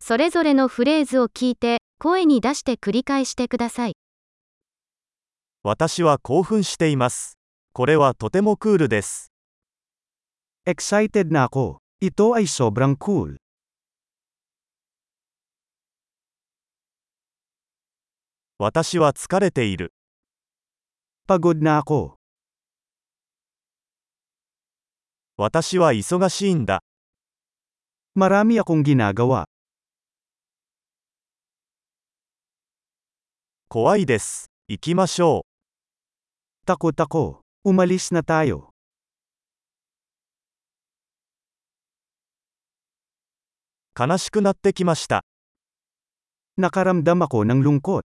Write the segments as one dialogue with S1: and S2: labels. S1: それぞれのフレーズを聞いて、声に出して繰り返してください。
S2: 私は興奮しています。これはとてもクールです。
S3: Excited na ako. Ito ay sobrang cool.
S2: 私は疲れている。
S3: Pagod na ako.
S2: 私は忙しいんだ。
S3: Marami akong ginagawa.
S2: 怖いです。行きましょ
S3: Takot ako. Umalis na tayo.
S2: う。悲しくなってきました。
S3: Nakaramdam ako ng lungkot.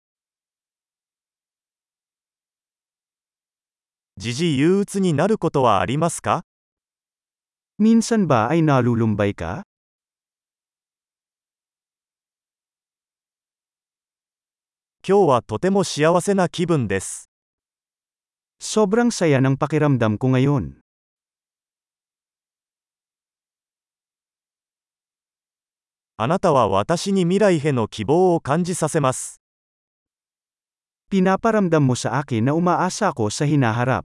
S2: 時々憂鬱になることはありますか
S3: Minsan ba ay nalulumbay ka?
S2: 今日はとても幸せな気分です。
S3: Sobrang saya ng pakiramdam ko ngayon.
S2: あなたは私に未来への希望を感じさせます。
S3: Pinaparamdam mo sa akin na umaasa ako sa hinaharap.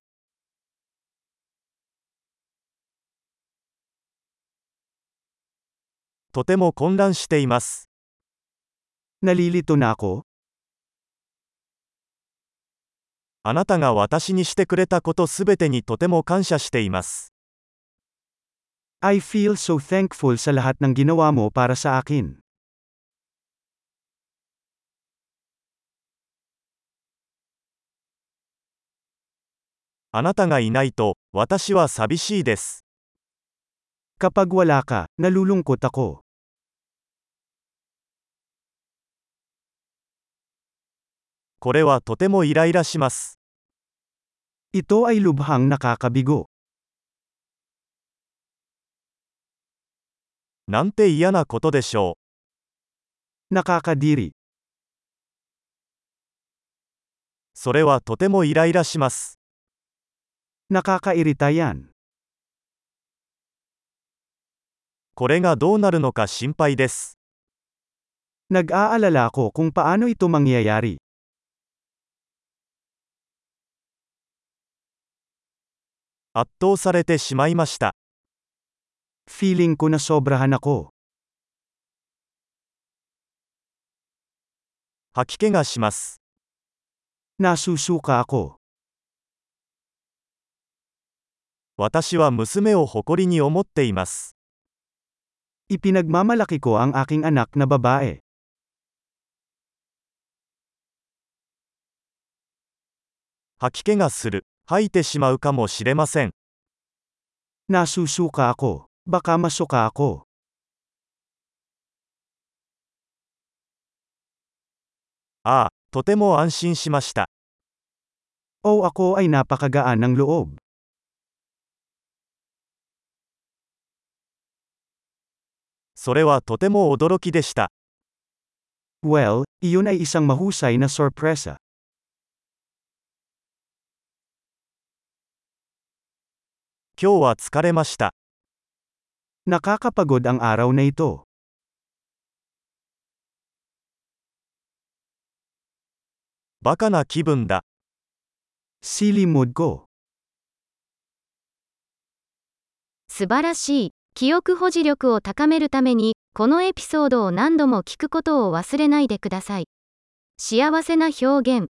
S2: とても混乱しています。
S3: Nalilito na ako.
S2: あなたが私にしてくれたことすべてにとても感謝しています。
S3: I feel so thankful sa lahat ng ginawa mo para sa akin.
S2: あなたがいないと、私は寂しいです。
S3: Kapag wala ka, nalulungkot ako.
S2: これはとてもイライラします。
S3: Ito ay lubhang nakakabigo.
S2: なんて嫌なことでしょう。
S3: Nakakadiri.
S2: それはとてもイライラします。
S3: Nakakairita yan.
S2: これがどうなるのか心配です。
S3: Nag-aalala ako kung paano ito mangyayari.
S2: 圧倒されてしまいました。
S3: Feeling ko na sobrahan ako.
S2: 吐き気がします。
S3: Nasusuka ako.
S2: 私は娘を誇りに思っています。
S3: Ipinagmamalaki ko ang aking anak na babae.
S2: 吐き気がする。吐いてしまうかもしれません。
S3: Nasusuka ako. Baka masuka ako.
S2: ああ、とても安心しました。
S3: O ako ay napakagaan ng loob.
S2: それはとても驚きでした。
S3: Well, iyon ay isang mahusay na sorpresa.
S2: 今日は疲れました。
S3: Nakakapagod ang araw na ito.
S2: バカな気分だ。
S3: Silly mood ko.
S1: 素晴らしい。記憶保持力を高めるために、このエピソードを何度も聞くことを忘れないでください。幸せな表現、